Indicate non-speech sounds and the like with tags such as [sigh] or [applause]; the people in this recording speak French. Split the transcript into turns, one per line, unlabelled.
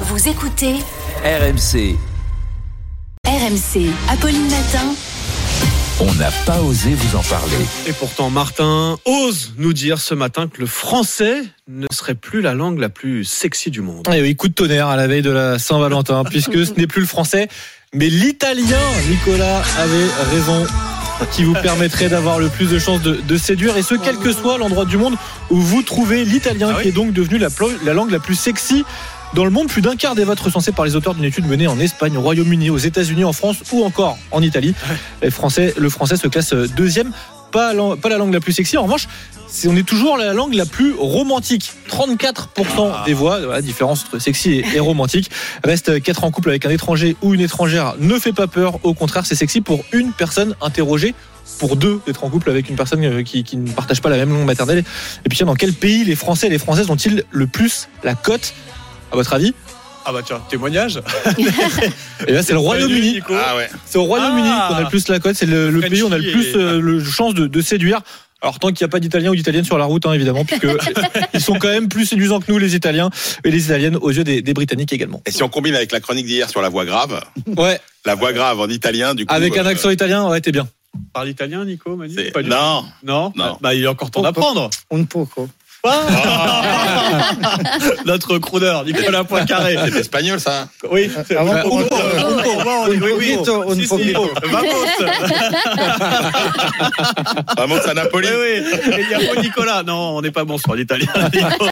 Vous écoutez
RMC,
RMC. Apolline Matin.
on n'a pas osé vous en parler.
Et pourtant, Martin ose nous dire ce matin que le français ne serait plus la langue la plus sexy du monde.
Et Eh oui, coup de tonnerre à la veille de la
[laughs]
Saint-Valentin, puisque ce n'est plus le français, mais l'italien. Nicolas avait raison. Qui vous permettrait d'avoir le plus de chances de, de séduire, et ce, quel que soit l'endroit du monde où vous trouvez l'italien,
Ah
qui est donc devenu la, plo- la langue la plus sexy dans le monde. Plus d'un quart des votes recensés par les auteurs d'une étude menée en Espagne, au Royaume-Uni, aux États-Unis, en France ou encore en Italie. Les Français, le français se classe euh, deuxième. Pas, lan- pas la langue la plus sexy. En revanche, c'est- on est toujours la langue la plus romantique. 34% des voix, la différence entre sexy et, et romantique. Reste qu'être en couple avec un étranger ou une étrangère ne fait pas peur. Au contraire, c'est sexy pour une personne interrogée. Pour deux, d'être en couple avec une personne euh, qui, qui ne partage pas la même langue maternelle. Et puis, tiens, dans quel pays les Français et les Françaises ont-ils le plus la cote, à votre avis
Ah bah tiens, témoignage.
Et là, c'est le Royaume-Uni.
Ah ouais.
C'est au Royaume-Uni
Ah.
qu'on a le plus la cote. C'est le, le
Frenchy
pays où on a le plus
et-
euh, le chance de, de séduire. Alors tant qu'il n'y a pas d'Italiens ou d'Italiennes sur la route, hein, évidemment, puisque ils sont quand même plus séduisants que nous, les Italiens et les Italiennes aux yeux des, des Britanniques également.
Et si on combine avec la chronique d'hier sur la voix grave,
Ouais,
la voix grave en italien, du coup.
avec
euh,
un accent italien, ouais, t'es bien.
Parle italien, Nico Manu
c'est-
Pas du-
Non,
Non,
Non.
Bah, il est encore temps d'apprendre.
On ne peut quoi.
Ah Notre crooner, Nicolas Poincaré.
c'est espagnol ça.
Oui, c'est
Avant
vrai.
qu'on-
Unpo, unpo,
Un
oui, oui.
poquito, un
Si, si.
poquito.
Vamos.
Vraiment, c'est Napoli.
Oui, oui. Et il y a Nicolas. Non, on n'est pas bon sur l'italien. Nico.